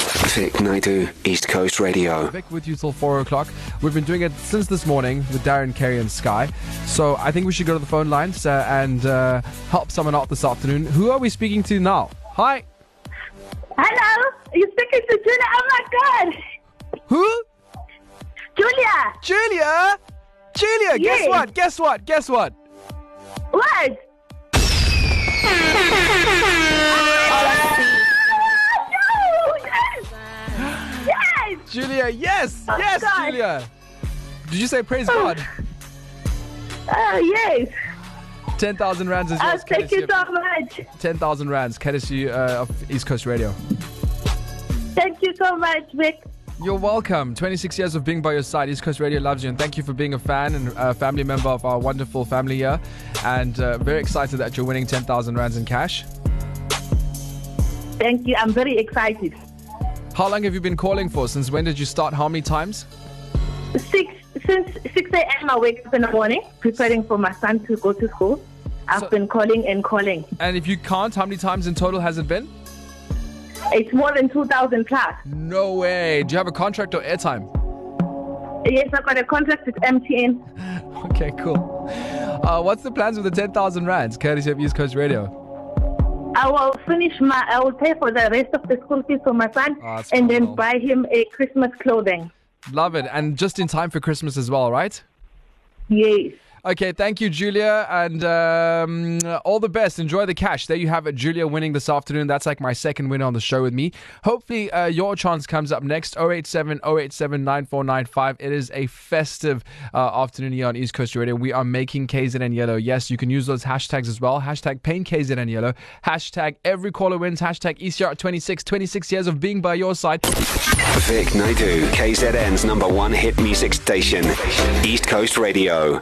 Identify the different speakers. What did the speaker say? Speaker 1: Pacific, 9 East Coast Radio.
Speaker 2: back with you till four o'clock. We've been doing it since this morning with Darren, Kerry, and Sky. So I think we should go to the phone lines uh, and uh, help someone out this afternoon. Who are we speaking to now? Hi.
Speaker 3: Hello, you're speaking to Julia. Oh my God,
Speaker 2: Who?
Speaker 3: Julia,
Speaker 2: Julia. Julia. Guess
Speaker 3: Yes.
Speaker 2: what? Guess what? Guess what?
Speaker 3: what? No, yes, yes.
Speaker 2: Julia. Yes.
Speaker 3: Oh,
Speaker 2: yes,
Speaker 3: God.
Speaker 2: Julia. Did you say praise God?
Speaker 3: Oh yes.
Speaker 2: Ten thousand rands is
Speaker 3: Oh,
Speaker 2: yours.
Speaker 3: thank
Speaker 2: courtesy
Speaker 3: you
Speaker 2: of-
Speaker 3: so much.
Speaker 2: Ten thousand rands, courtesy uh, of East Coast Radio.
Speaker 3: Thank you so much, Vic.
Speaker 2: You're welcome. 26 years of being by your side. East Coast Radio loves you, and thank you for being a fan and a family member of our wonderful family here. And uh, very excited that you're winning 10,000 rands in cash.
Speaker 3: Thank you. I'm very excited.
Speaker 2: How long have you been calling for? Since when did you start? How many times?
Speaker 3: Six since six a.m. I wake up in the morning, preparing for my son to go to school. I've
Speaker 2: So-
Speaker 3: been calling and calling.
Speaker 2: And if you can't, how many times in total has it been?
Speaker 3: It's more than two thousand plus.
Speaker 2: No way. Do you have a contract or airtime?
Speaker 3: Yes, I got a contract with MTN.
Speaker 2: Okay, cool. Uh, what's the plans with the 10,000 rands, courtesy of East Coast Radio?
Speaker 3: I will finish my. I will pay for the rest of the school fees for my son,
Speaker 2: Ah, that's
Speaker 3: and then
Speaker 2: phenomenal.
Speaker 3: buy him a Christmas clothing.
Speaker 2: Love it. And just in time for Christmas as well, right?
Speaker 3: Yes.
Speaker 2: Okay, thank you, Julia, and um, all the best. Enjoy the cash. There you have it, Julia winning this afternoon. That's like my second winner on the show with me. Hopefully, uh, your chance comes up next 087 087 9495. It is a festive uh, afternoon here on East Coast Radio. We are making KZN Yellow. Yes, you can use those hashtags as well. Hashtag Pain KZN Yellow. Hashtag Every Caller Wins. Hashtag ECR26. 26 years of being by your side.
Speaker 1: Vic Naidu, KZN's number one hit music station, East Coast Radio.